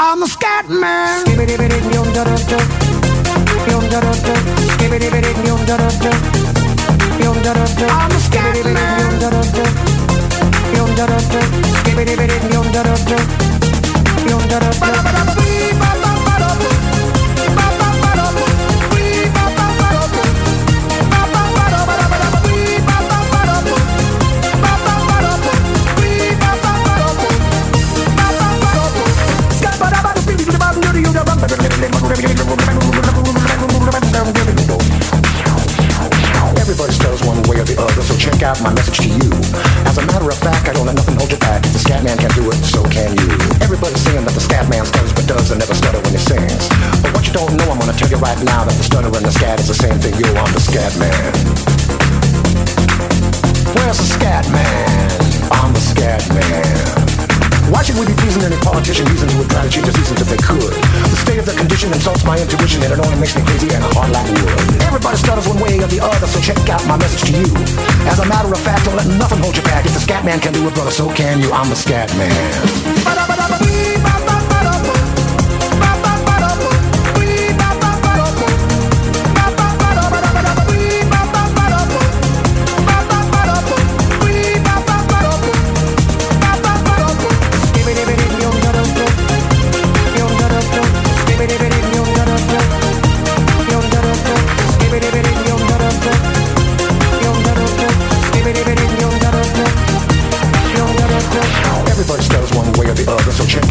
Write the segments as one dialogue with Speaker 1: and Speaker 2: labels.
Speaker 1: I'm a scat man. I'm a scat man.
Speaker 2: oh!
Speaker 3: Everybody stutters one way or the other, so check out my message to you. As a matter of fact, I don't let nothing hold you back. If the scat man can do it, so can you. Everybody's saying that the scat man stutters but does and never stutter when he sings. But what you don't know, I'm gonna tell you right now that the stutter and the scat is the same thing. Yo, I'm the scat man. Where's the scat man? I'm the scat man. Why should we be pleasing any politician reasons who would try to cheat the seasons if they could? The state of their condition insults my intuition and it only makes me crazy and hard like wood. Everybody stutters one way or the other, so check out my message to you. As a matter of fact, don't let nothing hold you back. If the scat man can do it, brother, so can you. I'm the scat man. Everybody stutters one way or the other, so check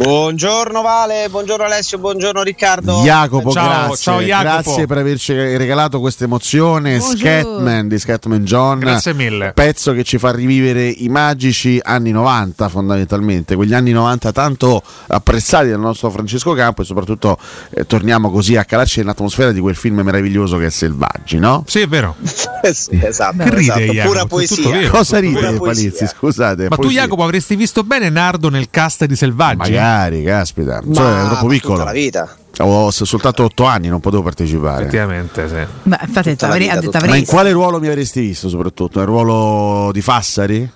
Speaker 2: Buongiorno Vale, buongiorno Alessio, buongiorno Riccardo.
Speaker 4: Jacopo,
Speaker 5: Ciao,
Speaker 4: grazie.
Speaker 5: ciao, Jacopo.
Speaker 4: Grazie per averci regalato questa emozione.
Speaker 6: Buongiorno.
Speaker 4: Scatman di Scatman John.
Speaker 5: Grazie mille.
Speaker 4: Pezzo che ci fa rivivere i magici anni 90, fondamentalmente. Quegli anni 90 tanto apprezzati dal nostro Francesco Campo e soprattutto eh, torniamo così a calarci nell'atmosfera di quel film meraviglioso che è Selvaggi, no?
Speaker 5: Sì, è vero.
Speaker 2: esatto,
Speaker 5: Che ride,
Speaker 2: esatto.
Speaker 5: Jacopo,
Speaker 2: pura
Speaker 5: tutto
Speaker 2: poesia.
Speaker 5: vero.
Speaker 4: Cosa
Speaker 2: Pura
Speaker 4: ride
Speaker 2: poesia.
Speaker 4: Palizzi? Scusate.
Speaker 5: Ma
Speaker 4: poi
Speaker 5: tu,
Speaker 4: sì.
Speaker 5: Jacopo, avresti visto bene Nardo nel cast di Selvaggi?
Speaker 4: Magari, caspita.
Speaker 2: Ma
Speaker 4: Cioè, era troppo
Speaker 2: tutta
Speaker 4: piccolo.
Speaker 2: la vita.
Speaker 4: Avevo s- soltanto 8 anni, non potevo partecipare.
Speaker 5: Effettivamente, sì.
Speaker 6: Ma infatti
Speaker 2: Tutta la
Speaker 6: avrei-
Speaker 2: vita,
Speaker 6: ha detto
Speaker 2: tutta
Speaker 4: Ma
Speaker 6: avrei.
Speaker 4: in quale ruolo mi avresti visto soprattutto? Nel ruolo di Fassari?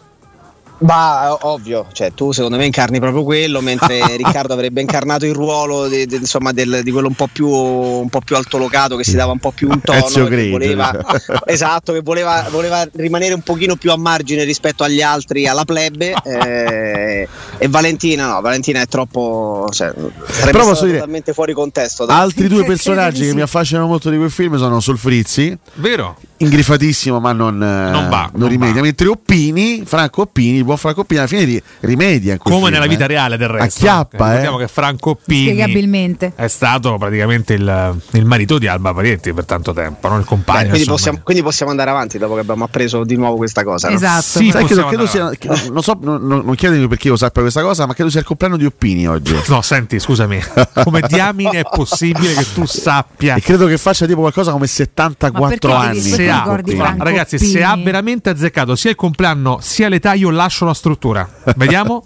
Speaker 2: Ma eh, ovvio, cioè tu secondo me incarni proprio quello, mentre Riccardo avrebbe incarnato il ruolo de- de- insomma, del- di quello un po, più, un po' più altolocato, che si dava un po' più un tono,
Speaker 4: Ezio
Speaker 2: che
Speaker 4: Gredo.
Speaker 2: voleva, esatto, che voleva, voleva rimanere un pochino più a margine rispetto agli altri, alla plebe. eh, e Valentina, no, Valentina è troppo... Cioè, sarebbe
Speaker 4: Però posso
Speaker 2: stata
Speaker 4: dire-
Speaker 2: totalmente fuori contesto. da-
Speaker 4: Altri due
Speaker 6: Credo di
Speaker 4: personaggi che
Speaker 6: sì.
Speaker 4: mi affascinano molto di quel film sono Solfrizzi
Speaker 5: Vero?
Speaker 4: e ingrifatissimo, ma non, eh,
Speaker 5: Non va, non
Speaker 4: rimedia. Mentre Oppini, Franco Oppini, il buon Franco Oppini, alla fine ri- rimedia. in quel
Speaker 5: Come
Speaker 4: film,
Speaker 5: nella vita
Speaker 4: eh.
Speaker 5: reale del resto.
Speaker 4: Acchiappa, eh.
Speaker 5: Ricordiamo che Franco Pini
Speaker 6: Spiegabilmente.
Speaker 5: è stato praticamente il, il marito di Alba Parietti per tanto tempo, non il compagno.
Speaker 2: Beh, quindi,
Speaker 5: insomma.
Speaker 2: possiamo, quindi possiamo andare avanti dopo che abbiamo appreso di nuovo questa cosa. no?
Speaker 6: Esatto.
Speaker 5: Sì,
Speaker 4: Sai, credo,
Speaker 5: possiamo
Speaker 4: credo sia,
Speaker 5: andare
Speaker 4: che- non, so, non, non- non chiedetemi perché io sappia questa cosa, ma credo sia il compleanno di Oppini oggi.
Speaker 5: No, senti, scusami, come diamine è possibile che tu sappia
Speaker 4: E credo che faccia tipo qualcosa come 74
Speaker 6: Ma perché
Speaker 4: anni.
Speaker 6: devi-
Speaker 5: se
Speaker 6: ti
Speaker 5: ha,
Speaker 6: ricordi
Speaker 5: ma
Speaker 6: Franco
Speaker 5: ragazzi,
Speaker 6: Pini?
Speaker 5: se ha veramente azzeccato sia il compleanno sia l'età, io lascio la struttura. Vediamo.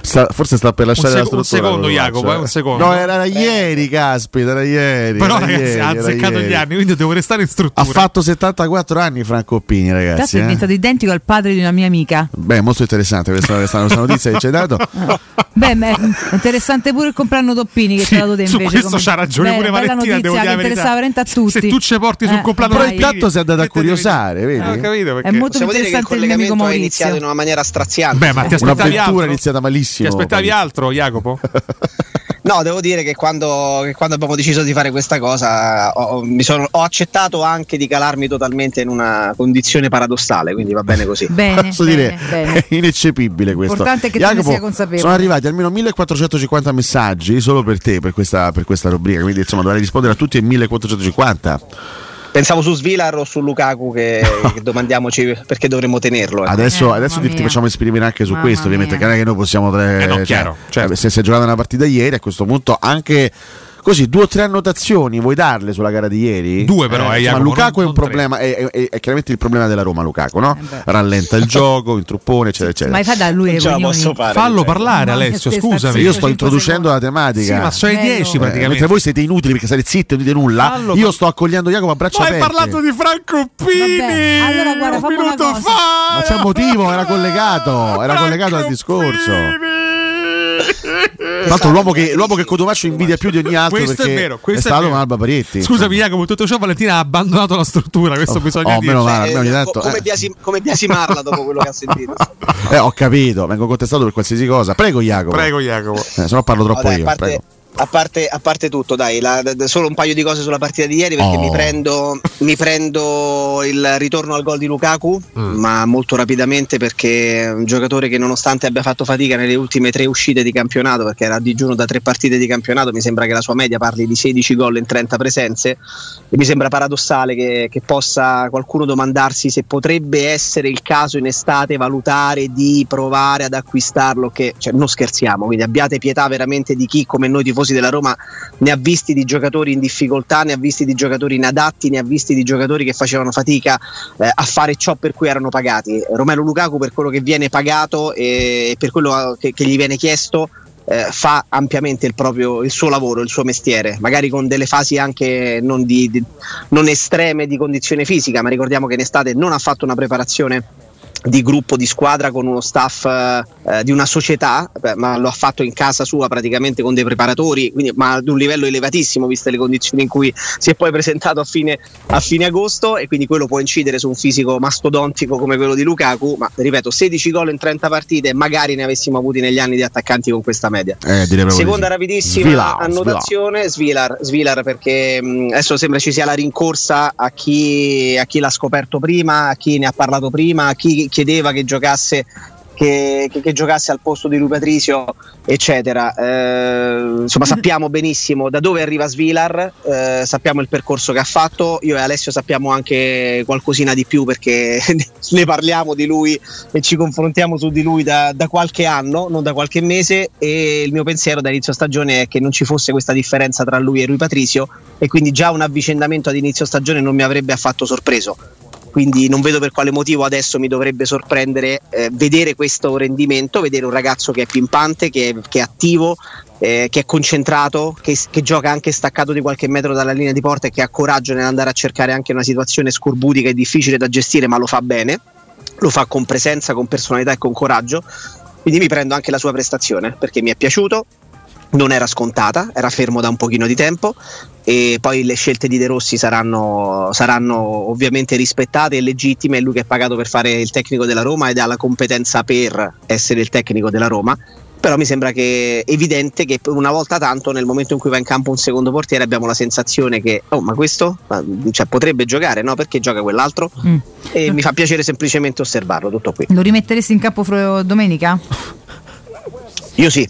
Speaker 4: Sta- forse sta per lasciare
Speaker 5: sec- un
Speaker 4: la struttura.
Speaker 5: secondo,
Speaker 4: quello là,
Speaker 5: Jacopo,
Speaker 4: cioè.
Speaker 5: eh, un secondo.
Speaker 4: No, era ieri, caspita, era ieri.
Speaker 5: Però,
Speaker 4: era
Speaker 5: ragazzi,
Speaker 4: ieri,
Speaker 5: ha
Speaker 4: era
Speaker 5: azzeccato
Speaker 4: ieri.
Speaker 5: gli anni, quindi devo restare in struttura.
Speaker 4: Ha fatto 74 anni Franco Oppini,
Speaker 6: Tanto
Speaker 4: ragazzi.
Speaker 6: è
Speaker 4: eh.
Speaker 6: diventato identico al padre di una mia amica.
Speaker 4: Beh, molto interessante questa, questa- questa notizia che ci hai dato.
Speaker 6: Beh, ma è interessante pure il compleanno Doppini che
Speaker 5: Sì,
Speaker 6: te l'ha dato te
Speaker 5: su
Speaker 6: invece.
Speaker 5: questo
Speaker 6: come-
Speaker 5: c'ha ragione
Speaker 6: Bella-
Speaker 5: pure
Speaker 6: bella
Speaker 5: Valentina, devo
Speaker 6: notizia
Speaker 5: dire la
Speaker 6: che
Speaker 5: verità.
Speaker 6: interessava veramente a
Speaker 5: Se-
Speaker 6: tutti.
Speaker 5: Se tu ci porti sul
Speaker 6: Eh,
Speaker 5: compleanno
Speaker 4: Però
Speaker 6: dai.
Speaker 4: intanto sei andata a
Speaker 5: Mettetevi-
Speaker 4: curiosare, vedi?
Speaker 5: Eh, ho capito perché.
Speaker 6: È molto più
Speaker 2: Possiamo dire che il
Speaker 6: interessante il mio amico
Speaker 2: collegamento è iniziato
Speaker 6: Maurizio.
Speaker 2: in una maniera straziante.
Speaker 5: Beh, ma ti aspettavi altro?
Speaker 4: Un'avventura iniziata
Speaker 5: Ti
Speaker 4: malissimo.
Speaker 5: aspettavi altro, Jacopo?
Speaker 2: No, devo dire che quando, che quando abbiamo deciso di fare questa cosa ho, ho- mi sono- ho accettato anche di calarmi totalmente in una condizione paradossale, quindi va bene così.
Speaker 6: Bene,
Speaker 4: Posso
Speaker 6: bene,
Speaker 4: dire,
Speaker 6: bene.
Speaker 4: è ineccepibile questo.
Speaker 6: L'importante è che tu ne
Speaker 4: Jacopo,
Speaker 6: sia consapevole.
Speaker 4: Sono arrivati almeno 1450 messaggi solo per te, per questa, per questa rubrica. Quindi, insomma, dovrai rispondere a tutti e 1450.
Speaker 2: Pensavo su Svilar o su Lukaku che, che domandiamoci perché dovremmo tenerlo. ecco.
Speaker 4: Adesso,
Speaker 6: Eh,
Speaker 4: adesso
Speaker 6: mamma
Speaker 4: ti, ti
Speaker 6: mia.
Speaker 4: facciamo esprimere anche su
Speaker 6: Mamma
Speaker 4: questo, ovviamente,
Speaker 6: mia.
Speaker 4: che non è che noi possiamo. Tre,
Speaker 5: Eh no,
Speaker 4: cioè,
Speaker 5: chiaro, certo.
Speaker 4: Se si è giocata una partita ieri, a questo punto anche. Così, due o tre annotazioni vuoi darle sulla gara di ieri?
Speaker 5: Due però, eh,
Speaker 4: insomma,
Speaker 5: Jacopo,
Speaker 4: Lukaku
Speaker 5: non-
Speaker 4: è un
Speaker 5: non tre.
Speaker 4: problema, è, è- è- è chiaramente il problema della Roma. Lukaku, no?
Speaker 6: Eh beh.
Speaker 4: Rallenta il gioco, il truppone, eccetera, eccetera.
Speaker 6: Ma hai fatto a lui
Speaker 2: Non
Speaker 6: le
Speaker 2: ce la
Speaker 6: riunioni?
Speaker 2: posso fare.
Speaker 5: Fallo
Speaker 2: cioè.
Speaker 5: parlare,
Speaker 6: Mamma mia,
Speaker 5: Alessio,
Speaker 6: che
Speaker 5: scusami.
Speaker 6: stazione.
Speaker 4: Io sto introducendo la
Speaker 5: Sì,
Speaker 4: tematica.
Speaker 5: ma sono ai
Speaker 6: Bello. Eh,
Speaker 5: 10
Speaker 4: Eh,
Speaker 5: praticamente.
Speaker 4: mentre voi siete inutili perché state zitti e non dite nulla,
Speaker 5: Fallo
Speaker 4: io
Speaker 5: per-
Speaker 4: sto accogliendo Jacopo a braccia
Speaker 5: Ma hai
Speaker 4: aperte.
Speaker 5: parlato di Franco Pini
Speaker 6: Vabbè, allora guarda,
Speaker 5: un
Speaker 6: fammi una
Speaker 5: minuto
Speaker 6: cosa.
Speaker 5: fa.
Speaker 4: Ma c'è un motivo, era collegato, era
Speaker 5: Franco
Speaker 4: collegato al discorso.
Speaker 5: Pini.
Speaker 4: Tra l'altro l'uomo che, l'uomo che Cotumaccio invidia più di ogni altro
Speaker 5: Questo
Speaker 4: perché
Speaker 5: è vero, questo
Speaker 4: stato
Speaker 5: vero.
Speaker 4: un Alba Parietti.
Speaker 5: Scusami, Jacopo, tutto ciò Valentina ha abbandonato la struttura. Questo
Speaker 4: Oh,
Speaker 5: bisogna
Speaker 4: oh,
Speaker 5: dire.
Speaker 4: meno male.
Speaker 2: Eh,
Speaker 4: almeno ogni tanto,
Speaker 2: co- come,
Speaker 4: eh.
Speaker 2: biasi- come biasimarla dopo quello che ha sentito.
Speaker 4: Eh, ho capito, vengo contestato per qualsiasi cosa. Prego Jacopo.
Speaker 5: Prego, Jacopo.
Speaker 4: Eh, se no parlo
Speaker 2: No,
Speaker 4: troppo
Speaker 2: dai,
Speaker 4: io.
Speaker 2: a, parte,
Speaker 4: prego.
Speaker 2: a parte- a parte tutto, dai, la- d- d- solo un paio di cose sulla partita di ieri perché
Speaker 4: Oh.
Speaker 2: mi, prendo, mi prendo il ritorno al gol di Lukaku,
Speaker 4: Mm.
Speaker 2: ma molto rapidamente perché è un giocatore che nonostante abbia fatto fatica nelle ultime tre uscite di campionato, perché era a digiuno da tre partite di campionato, mi sembra che la sua media parli di 16 gol in 30 presenze, e mi sembra paradossale che, che possa qualcuno domandarsi se potrebbe essere il caso in estate valutare di provare ad acquistarlo, che cioè, non scherziamo, quindi abbiate pietà veramente di chi come noi tifosi della Roma ne ha visti di giocatori in difficoltà, ne ha visti di giocatori inadatti, ne ha visti di giocatori che facevano fatica eh, a fare ciò per cui erano pagati. Romero Lukaku per quello che viene pagato e per quello che, che gli viene chiesto eh, fa ampiamente il, proprio, il suo lavoro, il suo mestiere, magari con delle fasi anche non, di- di- non estreme di condizione fisica, ma ricordiamo che in estate non ha fatto una preparazione di gruppo, di squadra con uno staff eh, di una società, beh, ma lo ha fatto in casa sua praticamente con dei preparatori, quindi, ma ad un livello elevatissimo viste le condizioni in cui si è poi presentato a fine, a fine agosto e quindi quello può incidere su un fisico mastodontico come quello di Lukaku, ma ripeto 16 gol in 30 partite, magari ne avessimo avuti negli anni di attaccanti con questa media.
Speaker 4: Eh, direi proprio
Speaker 2: Seconda
Speaker 4: di sì.
Speaker 2: rapidissima
Speaker 4: Svilao,
Speaker 2: annotazione, Svilar, Svilar perché mh, adesso sembra ci sia la rincorsa a chi, a chi l'ha scoperto prima, a chi ne ha parlato prima, a chi chiedeva che giocasse, che, che- che giocasse al posto di Rui Patricio, eccetera. Eh, insomma sappiamo benissimo da dove arriva Svilar, eh, sappiamo il percorso che ha fatto, io e Alessio sappiamo anche qualcosina di più perché ne parliamo di lui e ci confrontiamo su di lui da, da qualche anno, non da qualche mese. E il mio pensiero da inizio stagione è che non ci fosse questa differenza tra lui e lui Patrizio, e quindi già un avvicendamento ad inizio stagione non mi avrebbe affatto sorpreso. Quindi non vedo per quale motivo adesso mi dovrebbe sorprendere eh, vedere questo rendimento, vedere un ragazzo che è pimpante, che è, che è attivo, eh, che è concentrato, che, che gioca anche staccato di qualche metro dalla linea di porta e che ha coraggio nell'andare a cercare anche una situazione scorbutica e difficile da gestire, ma lo fa bene lo fa con presenza, con personalità e con coraggio. Quindi mi prendo anche la sua prestazione perché mi è piaciuto, non era scontata, era fermo da un pochino di tempo e poi le scelte di De Rossi saranno, saranno ovviamente rispettate e legittime, è lui che è pagato per fare il tecnico della Roma ed ha la competenza per essere il tecnico della Roma però mi sembra che evidente che una volta tanto nel momento in cui va in campo un secondo portiere abbiamo la sensazione che oh ma questo Ma, cioè, potrebbe giocare no perché gioca quell'altro
Speaker 6: Mm.
Speaker 2: e mi fa piacere semplicemente osservarlo tutto qui
Speaker 6: Lo rimetteresti in campo fro- domenica?
Speaker 2: io sì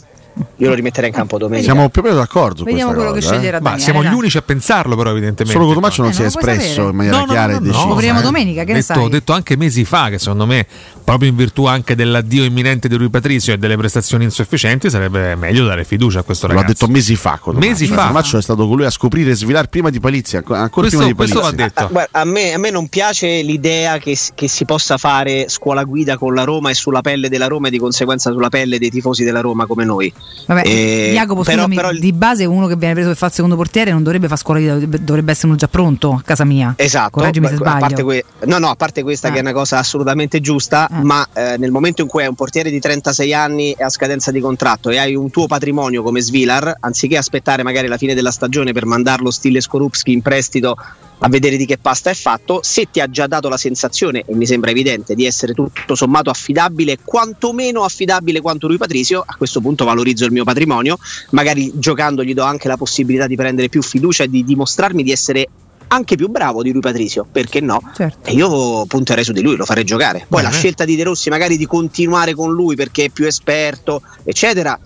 Speaker 2: io lo rimetterei in campo domenica
Speaker 4: Siamo più o meno d'accordo. su
Speaker 6: Vediamo
Speaker 4: questa
Speaker 6: quello che
Speaker 4: cosa, eh.
Speaker 6: sceglierà
Speaker 5: Ma
Speaker 6: Daniele,
Speaker 5: siamo
Speaker 6: dai.
Speaker 5: gli unici a pensarlo, però, evidentemente.
Speaker 4: Solo Cotomaccio non
Speaker 6: Eh,
Speaker 4: si è
Speaker 6: non lo puoi
Speaker 4: espresso
Speaker 6: sapere.
Speaker 4: in maniera
Speaker 5: No, no,
Speaker 4: chiara
Speaker 5: no,
Speaker 4: e
Speaker 5: no,
Speaker 4: decisa.
Speaker 6: Scopriremo
Speaker 4: eh.
Speaker 6: domenica, che ne
Speaker 5: detto,
Speaker 6: sai?
Speaker 5: detto anche mesi fa che secondo me proprio in virtù anche dell'addio imminente di Rui Patrizio e delle prestazioni insufficienti sarebbe meglio dare fiducia a questo
Speaker 4: L'ha
Speaker 5: ragazzo.
Speaker 4: detto mesi fa. Cotomaccio.
Speaker 5: Mesi fa.
Speaker 4: Cotomaccio è stato con lui a scoprire e svelare prima di Palizzi, anco- ancora
Speaker 5: questo,
Speaker 4: prima di Palizzi.
Speaker 5: questo va detto.
Speaker 2: Ah, guarda, a, me, a me non piace l'idea che, s- che si possa fare scuola guida con la Roma e sulla pelle della Roma e di conseguenza sulla pelle dei tifosi della Roma come noi.
Speaker 6: Vabbè,
Speaker 2: Eh,
Speaker 6: Jacopo,
Speaker 2: però-
Speaker 6: scusami,
Speaker 2: però il-
Speaker 6: di base uno che viene preso per fare il secondo portiere non dovrebbe fare scuola, guida, dovrebbe dovrebbe essere uno già pronto a casa mia.
Speaker 2: Esatto,
Speaker 6: Correggimi se
Speaker 2: ma- a
Speaker 6: sbaglio.
Speaker 2: parte que- no, no, a parte questa
Speaker 6: Ah.
Speaker 2: che è una cosa assolutamente giusta,
Speaker 6: Ah.
Speaker 2: ma eh, nel momento in cui hai un portiere di 36 anni e a scadenza di contratto e hai un tuo patrimonio come Svilar, anziché aspettare magari la fine della stagione per mandarlo stile Skorupski in prestito a vedere di che pasta è fatto, se ti ha già dato la sensazione, e mi sembra evidente, di essere tutto sommato affidabile, quantomeno affidabile quanto lui Patrizio, a questo punto valorizzo il mio patrimonio, magari giocando gli do anche la possibilità di prendere più fiducia e di dimostrarmi di essere anche più bravo di lui Patrizio, perché no?
Speaker 6: Certo. Eh.
Speaker 2: E io punterei su di lui, lo farei giocare. Poi la
Speaker 5: Bene.
Speaker 2: scelta di De Rossi magari di continuare con lui perché è più esperto, eccetera,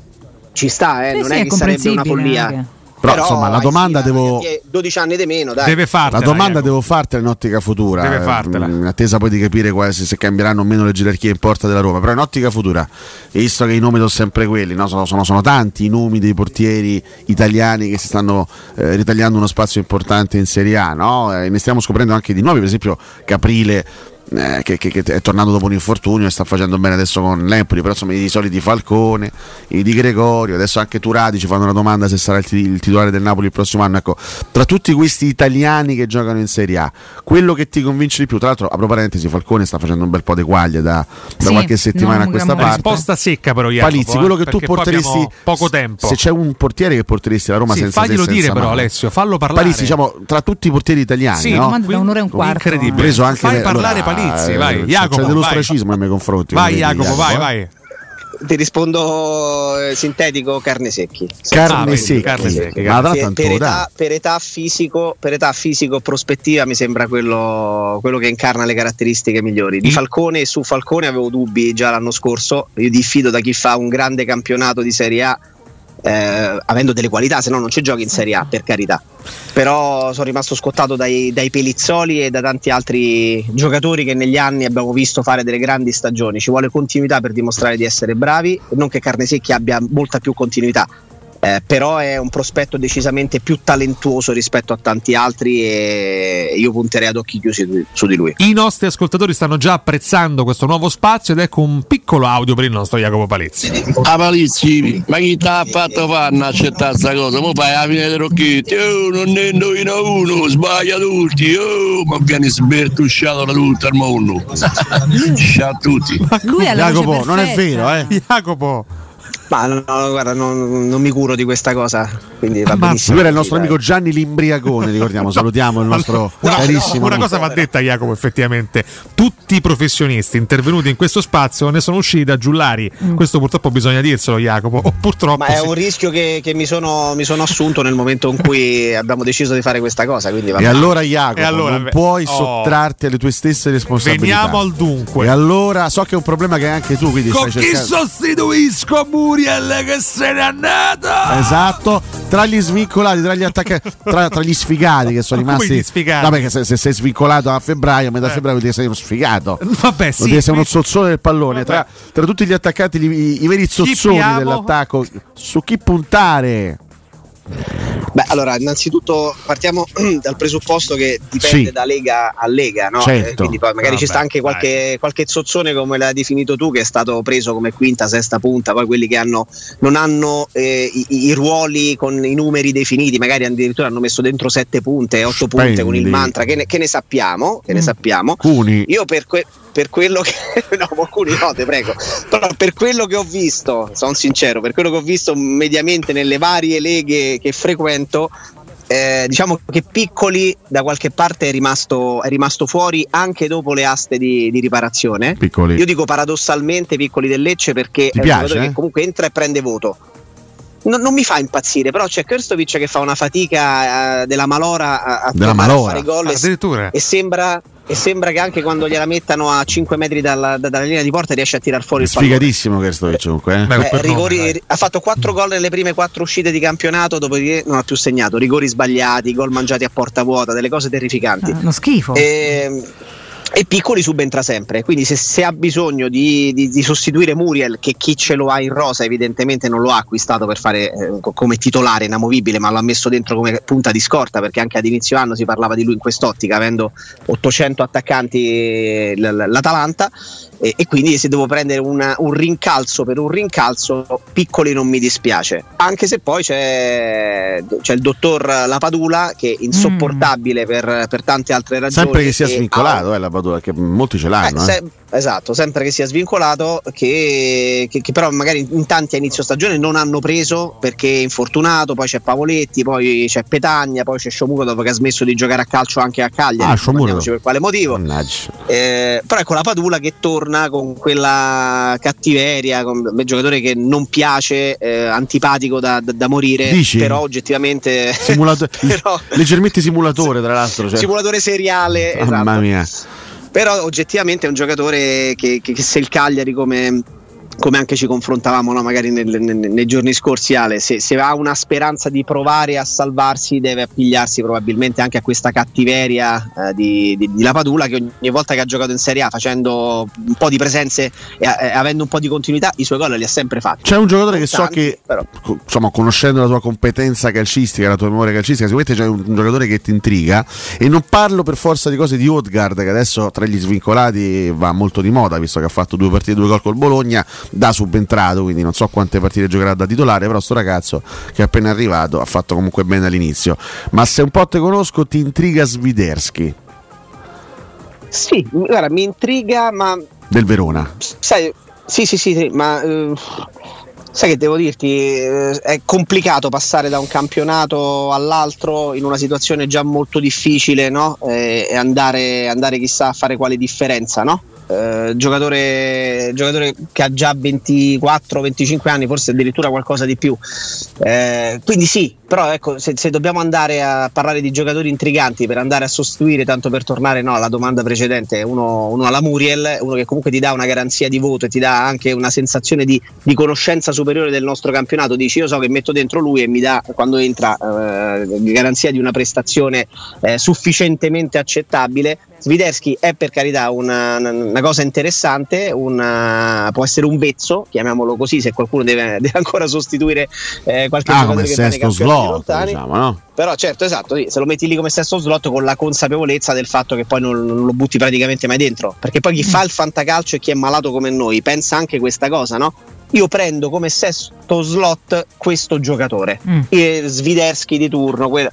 Speaker 2: ci sta, eh,
Speaker 6: Sì,
Speaker 2: non
Speaker 6: sì,
Speaker 2: è,
Speaker 6: è
Speaker 2: che sarebbe una
Speaker 6: comprensibile
Speaker 2: follia.
Speaker 6: anche.
Speaker 4: Però, insomma, la
Speaker 2: hai
Speaker 4: domanda
Speaker 2: Sila,
Speaker 4: devo-
Speaker 2: che è 12 anni di meno, dai.
Speaker 5: Deve fartela.
Speaker 4: La domanda
Speaker 5: Jacopo.
Speaker 4: devo fartela in ottica futura,
Speaker 5: Deve
Speaker 4: eh,
Speaker 5: fartela.
Speaker 4: in attesa poi di capire quale- se, se cambieranno o meno le gerarchie in porta della Roma, però in ottica futura, e visto che i nomi sono sempre quelli, no? sono, sono- sono tanti i nomi dei portieri italiani che si stanno eh, ritagliando uno spazio importante in Serie A, no? Eh, ne stiamo scoprendo anche di nuovi, per esempio Caprile. eh, che, che- che è tornato dopo un infortunio e sta facendo bene adesso con l'Empoli però insomma i soliti Falcone, i di Gregorio adesso anche Turati ci fanno una domanda se sarà il, ti- il titolare del Napoli il prossimo anno ecco, tra tutti questi italiani che giocano in Serie A quello che ti convince di più tra l'altro apro parentesi Falcone sta facendo un bel po' di guaglie da, da
Speaker 6: Sì,
Speaker 4: qualche
Speaker 6: non
Speaker 4: settimana a
Speaker 6: un
Speaker 4: questa
Speaker 6: gran
Speaker 4: parte
Speaker 5: Risposta secca però Jacopo,
Speaker 4: Palizzi
Speaker 5: eh,
Speaker 4: quello che tu
Speaker 5: perché poi
Speaker 4: porteresti
Speaker 5: abbiamo poco tempo.
Speaker 4: se c'è un portiere che porteresti la Roma
Speaker 5: Sì,
Speaker 4: senza se
Speaker 5: faglielo
Speaker 4: senza
Speaker 5: dire però
Speaker 4: ma.
Speaker 5: Alessio, fallo parlare.
Speaker 4: Palizzi diciamo tra tutti i portieri italiani
Speaker 5: Sì,
Speaker 4: no?
Speaker 6: domanda- da un'ora e un quarto.
Speaker 5: Incredibile.
Speaker 4: preso anche
Speaker 5: Fai
Speaker 4: le-
Speaker 5: parlare
Speaker 4: allora,
Speaker 5: Palizzi,
Speaker 4: eh,
Speaker 5: vai.
Speaker 4: c'è
Speaker 5: Jacopo,
Speaker 4: dello
Speaker 5: vai.
Speaker 4: stracismo nei miei confronti
Speaker 5: Vai
Speaker 4: come vedi,
Speaker 5: Jacopo, vai,
Speaker 4: eh.
Speaker 5: vai.
Speaker 2: Ti rispondo eh, sintetico, carne secchi.
Speaker 5: Ah,
Speaker 4: carne
Speaker 5: vedi,
Speaker 4: secca
Speaker 5: carne secca,
Speaker 4: ma tra
Speaker 2: Sì,
Speaker 4: l'altro
Speaker 2: per,
Speaker 4: non te lo
Speaker 2: età,
Speaker 4: dà.
Speaker 2: per età fisico, per età fisico prospettiva mi sembra quello, quello che incarna le caratteristiche migliori. Di
Speaker 5: Il-
Speaker 2: Falcone su Falcone avevo dubbi già l'anno scorso, io diffido da chi fa un grande campionato di Serie A eh, avendo delle qualità, se no non ci giochi in Serie A per carità. Però sono rimasto scottato dai, dai Pelizzoli e da tanti altri giocatori che negli anni abbiamo visto fare delle grandi stagioni. Ci vuole continuità per dimostrare di essere bravi, non che Carnesecchi abbia molta più continuità. Eh, però è un prospetto decisamente più talentuoso rispetto a tanti altri e io punterei ad occhi chiusi su- su di lui.
Speaker 5: I nostri ascoltatori stanno già apprezzando questo nuovo spazio ed ecco un piccolo audio per il nostro Jacopo Palizzi.
Speaker 7: A Palizzi, ma chi ti ha fatto fare a accettare sta cosa? Mo fai la fine dei rocchetti, oh, non ne indovina uno, sbaglia tutti, oh, ma viene sbertusciato da tutto il mondo. Ciao a tutti.
Speaker 6: Lui ha la voce
Speaker 4: Jacopo non è
Speaker 6: perfetta.
Speaker 4: vero eh
Speaker 5: Jacopo,
Speaker 2: Ma no, no, guarda, non, non mi curo di questa cosa, quindi va
Speaker 5: Ammazza.
Speaker 2: benissimo.
Speaker 4: lui era il nostro
Speaker 2: Dai.
Speaker 4: amico Gianni L'Imbriagone, ricordiamo, salutiamo il nostro
Speaker 5: una,
Speaker 4: carissimo.
Speaker 5: una
Speaker 4: amico.
Speaker 5: cosa va detta Jacopo effettivamente tutti i professionisti intervenuti in questo spazio ne sono usciti da giullari
Speaker 6: Mm.
Speaker 5: questo purtroppo bisogna dirselo Jacopo o purtroppo
Speaker 2: Ma è
Speaker 5: sì.
Speaker 2: un rischio che, che mi, sono, mi sono assunto nel momento in cui abbiamo deciso di fare questa cosa. Quindi va
Speaker 4: E
Speaker 2: bene.
Speaker 4: allora Jacopo,
Speaker 5: E allora,
Speaker 4: non
Speaker 5: beh,
Speaker 4: puoi
Speaker 5: oh.
Speaker 4: sottrarti alle tue stesse responsabilità.
Speaker 5: Veniamo al dunque.
Speaker 4: E allora so che è un problema che hai anche tu, quindi
Speaker 5: con
Speaker 4: stai
Speaker 5: chi
Speaker 4: cercando.
Speaker 5: sostituisco Muriel che se n'è andato
Speaker 4: Esatto, tra gli svincolati, tra gli attaccati, tra, tra gli sfigati che sono
Speaker 5: Ma come
Speaker 4: rimasti.
Speaker 5: gli sfigati? Eh.
Speaker 4: Vabbè, che se, se sei svincolato a febbraio, a metà febbraio vuol dire che sei uno sfigato. Vuol
Speaker 5: vabbè Eh sì
Speaker 4: dire che sei uno zozzone del pallone.
Speaker 5: Vabbè.
Speaker 4: Tra, tra tutti gli attaccati, gli- i, i veri zozzoni
Speaker 5: piamo?
Speaker 4: dell'attacco, su chi puntare?
Speaker 2: Beh, allora, innanzitutto partiamo dal presupposto che dipende
Speaker 4: Sì.
Speaker 2: da lega a lega, no?
Speaker 4: Certo.
Speaker 2: Eh, Quindi poi magari ci
Speaker 5: Vabbè,
Speaker 2: sta anche qualche, qualche zozzone, come l'hai definito tu, che è stato preso come quinta, sesta punta, poi quelli che hanno, non hanno eh, i, i ruoli con i numeri definiti, magari addirittura hanno messo dentro sette punte, otto punte con il
Speaker 4: Spendi.
Speaker 2: mantra, che ne, che ne sappiamo, che ne
Speaker 6: Mm.
Speaker 2: sappiamo.
Speaker 4: Cuni.
Speaker 2: Io per, que- per quello che. no, alcuni no, te prego. Però per quello che ho visto, sono sincero, per quello che ho visto mediamente nelle varie leghe che frequento. eh, diciamo che Piccoli da qualche parte è rimasto, è rimasto fuori anche dopo le aste di, di riparazione.
Speaker 4: Piccoli.
Speaker 2: Io dico paradossalmente Piccoli del Lecce perché
Speaker 4: Ti
Speaker 2: è
Speaker 4: piace,
Speaker 2: un giocatore
Speaker 4: eh?
Speaker 2: che comunque entra e prende voto. Non, non mi fa impazzire, però c'è Krstovic che fa una fatica eh, della malora a, a
Speaker 4: Della
Speaker 2: tornare a
Speaker 4: malora.
Speaker 2: fare gol
Speaker 5: Ah,
Speaker 2: e-
Speaker 5: Addirittura.
Speaker 2: e sembra, e sembra che anche quando gliela mettano a 5 metri dalla, da- dalla linea di porta riesce a tirar fuori il pallone.
Speaker 4: Sfigatissimo Kerstovic comunque. eh.
Speaker 2: Eh, rigori- ha fatto 4 gol nelle prime 4 uscite di campionato, dopodiché non ha più segnato. Rigori sbagliati, gol mangiati a porta vuota, delle cose terrificanti.
Speaker 6: Uno schifo.
Speaker 2: E, Ehm, e Piccoli subentra sempre, quindi se, se ha bisogno di, di- di sostituire Muriel, che chi ce lo ha in rosa evidentemente non lo ha acquistato per fare eh, co- come titolare inamovibile, ma l'ha messo dentro come punta di scorta, perché anche ad inizio anno si parlava di lui in quest'ottica, avendo 800 attaccanti eh, l- l- l'Atalanta, e, e quindi se devo prendere una- un rincalzo per un rincalzo, Piccoli non mi dispiace, anche se poi c'è, c'è il dottor Lapadula che è insopportabile per, per tante altre ragioni.
Speaker 4: eh. Sempre che sia
Speaker 2: e ha-
Speaker 4: svincolato, eh, la Padula, che molti ce
Speaker 2: eh,
Speaker 4: l'hanno. eh.
Speaker 2: se- esatto, sempre che sia svincolato, che, che- che però magari in tanti a inizio stagione non hanno preso perché è infortunato, poi c'è Pavoletti, poi c'è Petagna, poi c'è Shomurodov che ha smesso di giocare a calcio anche a Cagliari,
Speaker 4: Ah, Mm. Shomurodov.
Speaker 2: domandiamoci per quale motivo.
Speaker 4: Mannaggia.
Speaker 2: Eh, però ecco la Padula che torna con quella cattiveria, con un giocatore che non piace, eh, antipatico da, da- da morire,
Speaker 4: Dici?
Speaker 2: però oggettivamente
Speaker 4: Simulato-
Speaker 2: però-
Speaker 4: Leggermente simulatore, tra l'altro. cioè.
Speaker 2: simulatore seriale. esatto.
Speaker 4: Mamma mia.
Speaker 2: Però oggettivamente è un giocatore che, che- che se il Cagliari come, come anche ci confrontavamo no, magari nel- nel- nei giorni scorsi Ale, se, se ha una speranza di provare a salvarsi deve appigliarsi probabilmente anche a questa cattiveria eh, di, di, di La Padula che ogni volta che ha giocato in Serie A facendo un po' di presenze e, e avendo un po' di continuità i suoi gol li ha sempre fatti.
Speaker 4: C'è un giocatore che so
Speaker 2: Tanti,
Speaker 4: che,
Speaker 2: però.
Speaker 4: co- insomma, conoscendo la tua competenza calcistica, la tua memoria calcistica, sicuramente c'è un, un giocatore che ti intriga. E non parlo per forza di cose di Odgard, che adesso tra gli svincolati va molto di moda, visto che ha fatto due partite, due gol col Bologna, da subentrato, quindi non so quante partite giocherà da titolare, però sto ragazzo che è appena arrivato ha fatto comunque bene all'inizio. Ma se un po' te conosco, ti intriga Sviderski
Speaker 2: Sì, guarda, mi intriga ma
Speaker 4: del Verona.
Speaker 2: Sai, sì, sì, sì, sì, ma eh, sai che devo dirti? Eh, è complicato passare da un campionato all'altro in una situazione già molto difficile, no? Eh, e andare, andare chissà a fare quale differenza, no? Eh, giocatore, giocatore che ha già 24-25 anni, forse addirittura qualcosa di più. Eh, quindi sì, però ecco, se, se dobbiamo andare a parlare di giocatori intriganti per andare a sostituire, tanto per tornare no, alla domanda precedente, uno, uno alla Muriel, uno che comunque ti dà una garanzia di voto e ti dà anche una sensazione di, di conoscenza superiore del nostro campionato, dici io so che metto dentro lui e mi dà quando entra eh, garanzia di una prestazione eh, sufficientemente accettabile. Sviderski è per carità una, una cosa interessante, una- può essere un vezzo, chiamiamolo così, se qualcuno deve, deve ancora sostituire eh, qualche
Speaker 4: Ah,
Speaker 2: giocatore
Speaker 4: come
Speaker 2: che fa nei
Speaker 4: sesto
Speaker 2: campionati
Speaker 4: slot,
Speaker 2: lontani.
Speaker 4: diciamo, no?
Speaker 2: Però certo, esatto, sì, se lo metti lì come sesto slot con la consapevolezza del fatto che poi non, non lo butti praticamente mai dentro, perché poi chi fa il fantacalcio e chi è malato come noi pensa anche questa cosa, no? Io prendo come sesto slot questo giocatore,
Speaker 6: Mm.
Speaker 2: eh, Sviderski di turno, quel-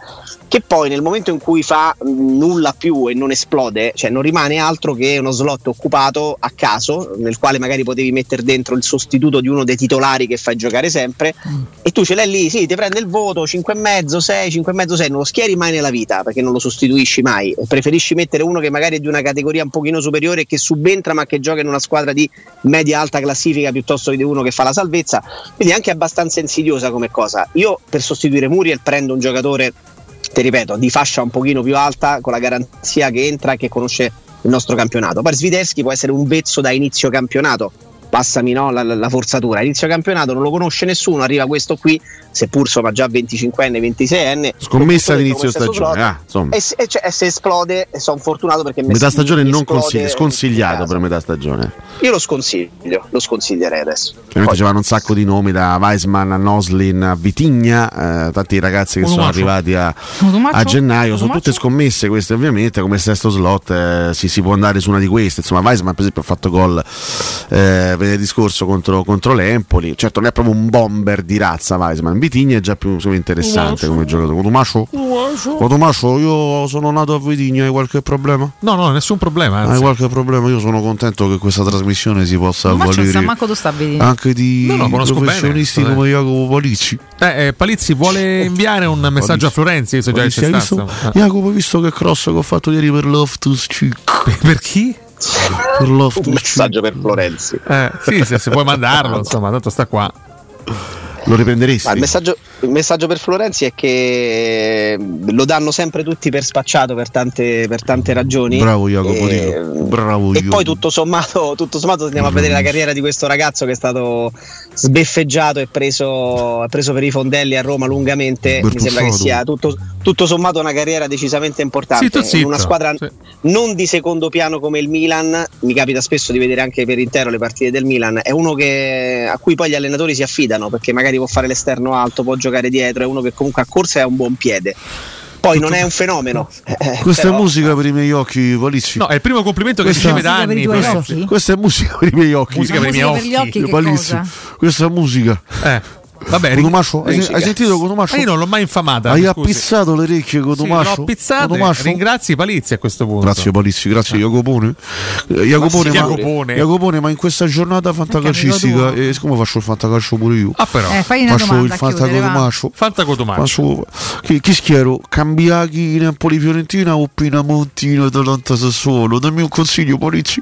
Speaker 2: che poi nel momento in cui fa mh, nulla più e non esplode, cioè non rimane altro che uno slot occupato a caso, nel quale magari potevi mettere dentro il sostituto di uno dei titolari che fai giocare sempre, e tu ce l'hai lì, sì, ti prende il voto 5,5, 6, 5,5, 6, non lo schieri mai nella vita perché non lo sostituisci mai, preferisci mettere uno che magari è di una categoria un pochino superiore e che subentra ma che gioca in una squadra di media-alta classifica piuttosto che di uno che fa la salvezza, quindi è anche abbastanza insidiosa come cosa. Io per sostituire Muriel prendo un giocatore, ti ripeto, di fascia un pochino più alta, con la garanzia che entra e che conosce il nostro campionato. Poi Sviderski può essere un vezzo da inizio campionato, passami no, la, la- la forzatura. Inizio campionato non lo conosce nessuno, arriva questo qui, seppur insomma già 25enne, 26enne.
Speaker 4: Scommessa
Speaker 2: lo metto come
Speaker 4: all'inizio
Speaker 2: sesto
Speaker 4: stagione,
Speaker 2: slot.
Speaker 4: ah, insomma.
Speaker 2: E, se- e cioè, e se esplode, sono fortunato perché
Speaker 4: Metà stagione non
Speaker 2: consiglio
Speaker 4: consigli- sconsigliato per metà stagione.
Speaker 2: Io lo sconsiglio, lo sconsiglierei adesso.
Speaker 4: Ovviamente ci vanno un sacco di nomi da Weisman a Noslin a Vitigna, eh, tanti ragazzi che sono
Speaker 5: Cotumaccio.
Speaker 4: arrivati a,
Speaker 6: Cotumaccio?
Speaker 4: a gennaio, sono
Speaker 6: Cotumaccio?
Speaker 4: tutte scommesse queste ovviamente, come sesto slot eh, si, si può andare su una di queste, insomma Weisman per esempio ha fatto gol eh, venerdì scorso contro, contro l'Empoli. Certo, non è proprio un bomber di razza, Weisman. Vitigna è già più insomma, interessante come giocatore. Cotumacio? Cotumacio, io sono nato a Vitigna, hai qualche problema?
Speaker 5: No, no, nessun problema.
Speaker 4: Ah, Hai qualche problema? Io sono contento che questa trasmissione si possa
Speaker 8: Ma c'è un San
Speaker 4: avvalere
Speaker 8: Marco dove sta vedendo?
Speaker 4: anche di
Speaker 5: No, no, conosco bene,
Speaker 4: professionisti
Speaker 5: questo,
Speaker 4: come Jacopo Palicci.
Speaker 5: Eh, eh, Palizzi vuole inviare un messaggio a Florenzi. Io so già che
Speaker 4: Palicci,
Speaker 5: c'è
Speaker 4: hai
Speaker 5: stato.
Speaker 4: visto? Jacopo, hai visto che cross che ho fatto ieri per Loftus Cheek?
Speaker 5: Per chi?
Speaker 4: Per Loftus
Speaker 2: Un messaggio per Florenzi.
Speaker 5: Eh, sì, se, se vuoi mandarlo, insomma, tanto sta qua.
Speaker 4: Lo riprenderesti?
Speaker 2: Ma il, messaggio, il messaggio per Florenzi è che ehm, lo danno sempre tutti per spacciato per tante, per tante ragioni.
Speaker 4: Bravo Jacopo,
Speaker 2: e, ehm,
Speaker 4: Dio. bravo
Speaker 2: e
Speaker 4: io.
Speaker 2: poi tutto sommato, tutto sommato andiamo a vedere la carriera di questo ragazzo che è stato sbeffeggiato e preso, preso per i fondelli a Roma lungamente. Mi
Speaker 4: Bertuzzato.
Speaker 2: sembra che sia tutto, tutto sommato una carriera decisamente importante.
Speaker 5: Zitto,
Speaker 2: In
Speaker 5: zitto.
Speaker 2: una squadra non di secondo piano come il Milan, mi capita spesso di vedere anche per intero le partite del Milan, è uno che- a cui poi gli allenatori si affidano perché magari può fare l'esterno alto, può giocare dietro, è uno che comunque a corsa ha un buon piede. Poi non è un fenomeno. eh,
Speaker 4: Questa
Speaker 2: però-
Speaker 4: è musica per i miei occhi, Palicci.
Speaker 5: No, è il primo complimento che
Speaker 4: Questa-
Speaker 5: riceve da anni.
Speaker 4: questa,
Speaker 5: Florenzi.
Speaker 4: questa è musica per i miei occhi.
Speaker 5: Musica per i miei Musica per gli occhi. occhi, che
Speaker 4: Palicci.
Speaker 5: cosa?
Speaker 4: Questa è musica.
Speaker 5: Eh, vabbè,
Speaker 4: Cotumacio, hai,
Speaker 5: Ringrazi.
Speaker 4: hai sentito Cotumacio?
Speaker 5: Ma io non l'ho mai infamata.
Speaker 4: Hai
Speaker 5: scusi.
Speaker 4: appizzato le
Speaker 5: Sì,
Speaker 4: orecchie Cotumacio?
Speaker 5: l'ho eh, appizzata.
Speaker 4: Cotumacio?
Speaker 5: Ringrazi Palizzi a questo punto.
Speaker 4: Grazie Palizzi, grazie Jacopone. Eh,
Speaker 5: Esatto. Ma sì,
Speaker 4: Jacopone, ma,
Speaker 5: Jacopone.
Speaker 4: Jacopone, ma in questa giornata fantacalcistica, eh, siccome faccio il fantacalcio pure io,
Speaker 5: Ah, però.
Speaker 6: Eh, fai una
Speaker 4: faccio
Speaker 6: domanda
Speaker 4: il
Speaker 6: a chiudere, va.
Speaker 4: fantacotumacio.
Speaker 5: Fanta Cotumaccio.
Speaker 4: Faccio- Chi, chi schiero? Cambiaghi, Napoli Fiorentina o Pinamontino, Atalanta Sassuolo? Dammi un consiglio, Palizzi.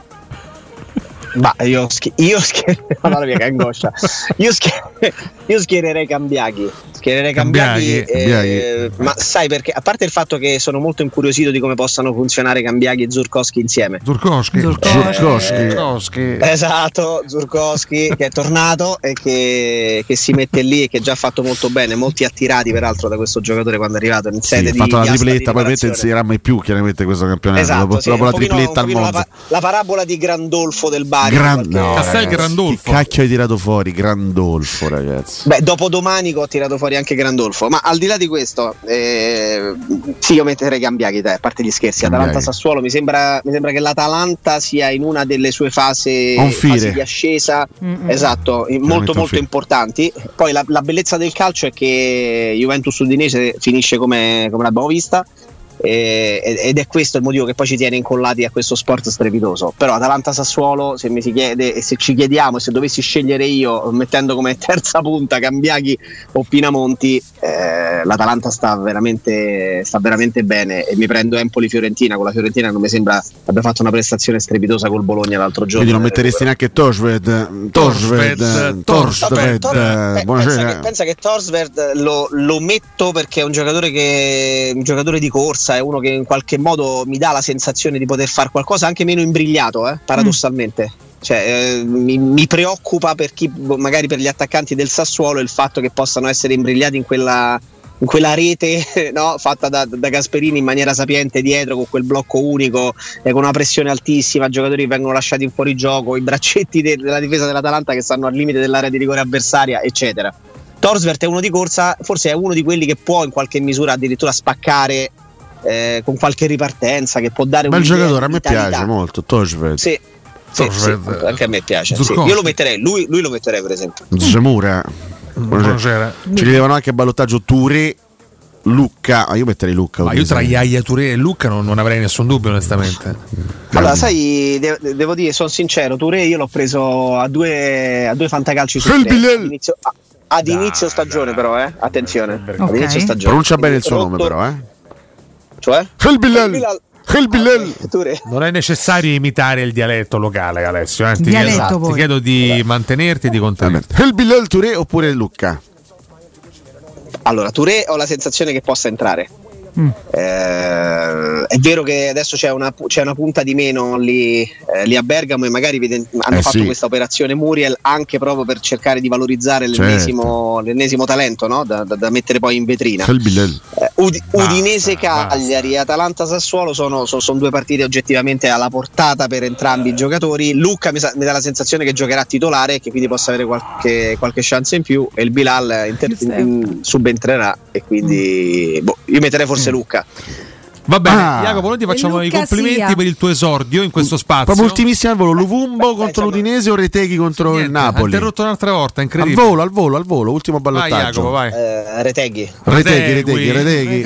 Speaker 2: Ma io, schi- io schier- Madonna mia, che angoscia. Io, schier- io schiererei Cambiaghi. Schiererei Cambiaghi.
Speaker 5: Cambiaghi,
Speaker 2: eh, Ma sai perché? A parte il fatto che sono molto incuriosito di come possano funzionare Cambiaghi e Zurkowski insieme.
Speaker 5: Zurkowski. Zurkowski.
Speaker 2: Esatto, Zurkowski che è tornato e che, che si mette lì e che già ha fatto molto bene, molti attirati peraltro da questo giocatore quando è arrivato in
Speaker 4: Sì,
Speaker 2: sede
Speaker 4: ha
Speaker 2: di
Speaker 4: fatto la
Speaker 2: di asta di
Speaker 4: tripletta, poi ovviamente
Speaker 2: riparazione.
Speaker 4: non si dirà mai più chiaramente questo campionato.
Speaker 2: Esatto,
Speaker 4: dopo
Speaker 2: sì,
Speaker 4: dopo
Speaker 2: un
Speaker 4: la
Speaker 2: pochino-
Speaker 4: tripletta
Speaker 2: un
Speaker 4: al
Speaker 2: pochino la,
Speaker 4: Monza.
Speaker 2: pa- la parabola di Grandolfo del Bari.
Speaker 4: Gran-
Speaker 2: qualche-
Speaker 4: no,
Speaker 5: Castel
Speaker 4: ragazzi,
Speaker 5: Grandolfo.
Speaker 4: Che cacchio hai tirato fuori? Grandolfo, ragazzi.
Speaker 2: Beh, dopodomani che ho tirato fuori anche Grandolfo. Ma al di là di questo, eh, sì, io metterei Cambiaghi, dai, a parte gli scherzi.
Speaker 4: Cambiaghi.
Speaker 2: Atalanta Sassuolo, mi sembra, mi sembra che l'Atalanta sia in una delle sue fasi,
Speaker 4: A un file.
Speaker 2: fasi di ascesa,
Speaker 6: Mm,
Speaker 2: esatto, eh,
Speaker 4: Veramente
Speaker 2: molto
Speaker 4: un
Speaker 2: molto
Speaker 4: file.
Speaker 2: importanti. Poi la, la bellezza del calcio è che Juventus Udinese finisce come, come l'abbiamo vista. eh, ed- ed è questo il motivo che poi ci tiene incollati a questo sport strepitoso. Però Atalanta Sassuolo, se mi si chiede e se ci chiediamo, e se dovessi scegliere io, mettendo come terza punta Cambiaghi o Pinamonti, eh, l'Atalanta sta veramente, sta veramente bene. E mi prendo Empoli Fiorentina. Con la Fiorentina non mi sembra abbia fatto una prestazione strepitosa col Bologna l'altro giorno.
Speaker 4: Quindi non metteresti neanche Torsved. Torsved.
Speaker 5: Torsved, Torsved.
Speaker 4: Torsved. eh,
Speaker 2: Pe- Pensa che,
Speaker 4: Buonasera.
Speaker 2: pensa che Torsverd lo, lo metto perché è un giocatore, che, un giocatore di corsa, è uno che in qualche modo mi dà la sensazione di poter fare qualcosa anche meno imbrigliato, eh, paradossalmente.
Speaker 4: Mm.
Speaker 2: Cioè, eh, mi, mi preoccupa per chi, magari per gli attaccanti del Sassuolo, il fatto che possano essere imbrigliati in quella, in quella rete no, fatta da, da Gasperini in maniera sapiente dietro, con quel blocco unico, eh, con una pressione altissima, giocatori che vengono lasciati in fuorigioco, i braccetti de- della difesa dell'Atalanta che stanno al limite dell'area di rigore avversaria, eccetera. Torsvert è uno di corsa, forse è uno di quelli che può in qualche misura addirittura spaccare eh, con qualche ripartenza, che può dare un
Speaker 4: Bel giocatore, a me piace molto. Torsved.
Speaker 2: Sì, sì, sì,
Speaker 5: Torsved.
Speaker 2: anche a me piace. sì.
Speaker 5: Zurkowski.
Speaker 2: Io lo metterei, lui, lui lo metterei per esempio.
Speaker 4: Zemura.
Speaker 5: Mm, Buonasera.
Speaker 4: Ci chiedevano anche a ballottaggio Ture. Lucca. Ah, io metterei Lucca.
Speaker 5: Ma io tra Iaia Touré e Lucca non, non avrei nessun dubbio, onestamente.
Speaker 2: Allora, sai, de- devo dire, sono sincero, Touré io l'ho preso a due, a due fantacalci su
Speaker 4: El
Speaker 2: tre,
Speaker 4: Bilal!
Speaker 2: ad inizio, a- ad inizio stagione però, eh? Attenzione, ad inizio stagione.
Speaker 4: Pronuncia bene il suo
Speaker 2: Rotto-
Speaker 4: nome, però, eh.
Speaker 2: Cioè?
Speaker 4: El Bilal.
Speaker 2: Bilal. Ah,
Speaker 4: El Bilal.
Speaker 2: Touré.
Speaker 5: Non è necessario imitare il dialetto locale, Alessio. eh. Ti,
Speaker 6: Dialetto
Speaker 5: chiedo,
Speaker 6: voi.
Speaker 5: ti chiedo di mantenerti e di contenerti.
Speaker 4: El Bilal Touré oppure Lucca?
Speaker 2: Allora, Touré ho la sensazione che possa entrare. Eh, è vero che adesso c'è una, pu- c'è una punta di meno lì, eh, lì a Bergamo e magari vede- hanno
Speaker 4: Eh,
Speaker 2: fatto
Speaker 4: sì.
Speaker 2: questa operazione Muriel anche proprio per cercare di valorizzare
Speaker 4: Certo.
Speaker 2: l'ennesimo, l'ennesimo talento no? da, da- da mettere poi in vetrina.
Speaker 4: El Bilal.
Speaker 2: Eh, Udi-
Speaker 5: Basta,
Speaker 2: Udinese Cagliari, Atalanta Sassuolo sono, so- sono due partite oggettivamente alla portata per entrambi i giocatori. Lucca mi, sa- mi dà la sensazione che giocherà titolare e che quindi possa avere qualche, qualche chance in più. E il
Speaker 5: Mm.
Speaker 2: Bilal eh, inter- in- subentrerà e quindi boh, io metterei forse Lucca.
Speaker 5: Va bene,
Speaker 4: Ah.
Speaker 5: Jacopo, noi ti facciamo
Speaker 4: E
Speaker 5: i
Speaker 4: Luca
Speaker 5: complimenti
Speaker 4: Sia.
Speaker 5: per il tuo esordio in questo spazio.
Speaker 4: Proprio ultimissimo al volo,
Speaker 2: Eh,
Speaker 4: Luvumbo contro l'Udinese o Reteghi contro il
Speaker 5: Ha
Speaker 4: Napoli.
Speaker 5: interrotto un'altra volta,
Speaker 4: Al
Speaker 5: incredibile.
Speaker 4: volo, al volo, al volo, ultimo ballottaggio.
Speaker 2: Eh, Reteghi.
Speaker 4: Reteghi, Reteghi, Reteghi.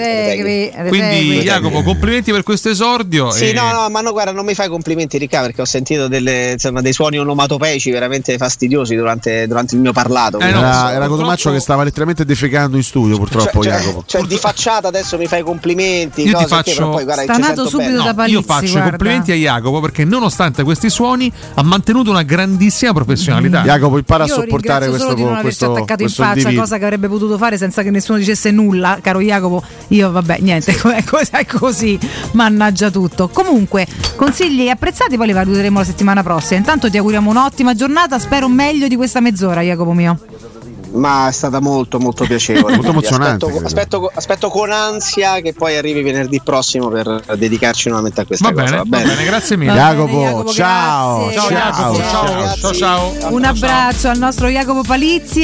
Speaker 5: Quindi, Jacopo, complimenti per questo esordio.
Speaker 2: Sì,
Speaker 5: Oh, e-
Speaker 2: no, no, ma no, guarda, non mi fai complimenti, Ricca, perché ho sentito delle, insomma, dei suoni onomatopeici veramente fastidiosi durante, durante il mio parlato.
Speaker 5: Eh,
Speaker 4: Era, era Cotomaccio che stava letteralmente defecando in studio, purtroppo,
Speaker 2: cioè,
Speaker 4: Jacopo.
Speaker 2: cioè, di facciata adesso mi fai complimenti.
Speaker 5: Io ti
Speaker 2: cose,
Speaker 5: faccio-
Speaker 2: che, però poi, guarda, ci
Speaker 6: Stanato
Speaker 2: sento
Speaker 6: subito
Speaker 2: bene.
Speaker 6: da
Speaker 5: No,
Speaker 6: Palizzi,
Speaker 5: io faccio
Speaker 6: guarda.
Speaker 5: i complimenti a Jacopo perché nonostante questi suoni ha mantenuto una grandissima professionalità.
Speaker 4: Jacopo impara
Speaker 6: Io ringrazio solo di non averci attaccato in faccia, cosa che avrebbe potuto fare senza che nessuno dicesse nulla, caro Jacopo. Io vabbè, niente, è cos- è così, mannaggia tutto. Comunque, consigli apprezzati, poi li valuteremo la settimana prossima. Intanto ti auguriamo un'ottima giornata, spero meglio di questa mezz'ora, Jacopo mio.
Speaker 2: Ma è stata molto, molto piacevole.
Speaker 4: Molto
Speaker 2: Quindi
Speaker 4: emozionante,
Speaker 2: Aspetto,
Speaker 4: credo.
Speaker 2: aspetto- aspetto con ansia che poi arrivi venerdì prossimo per dedicarci nuovamente a questa
Speaker 5: Va
Speaker 2: cosa.
Speaker 5: bene, va bene, grazie mille.
Speaker 4: Jacopo, Jacopo, ciao,
Speaker 5: ciao,
Speaker 4: ciao,
Speaker 5: Jacopo,
Speaker 4: ciao,
Speaker 5: ciao, ciao, ciao.
Speaker 6: Un abbraccio al nostro Jacopo Palizzi.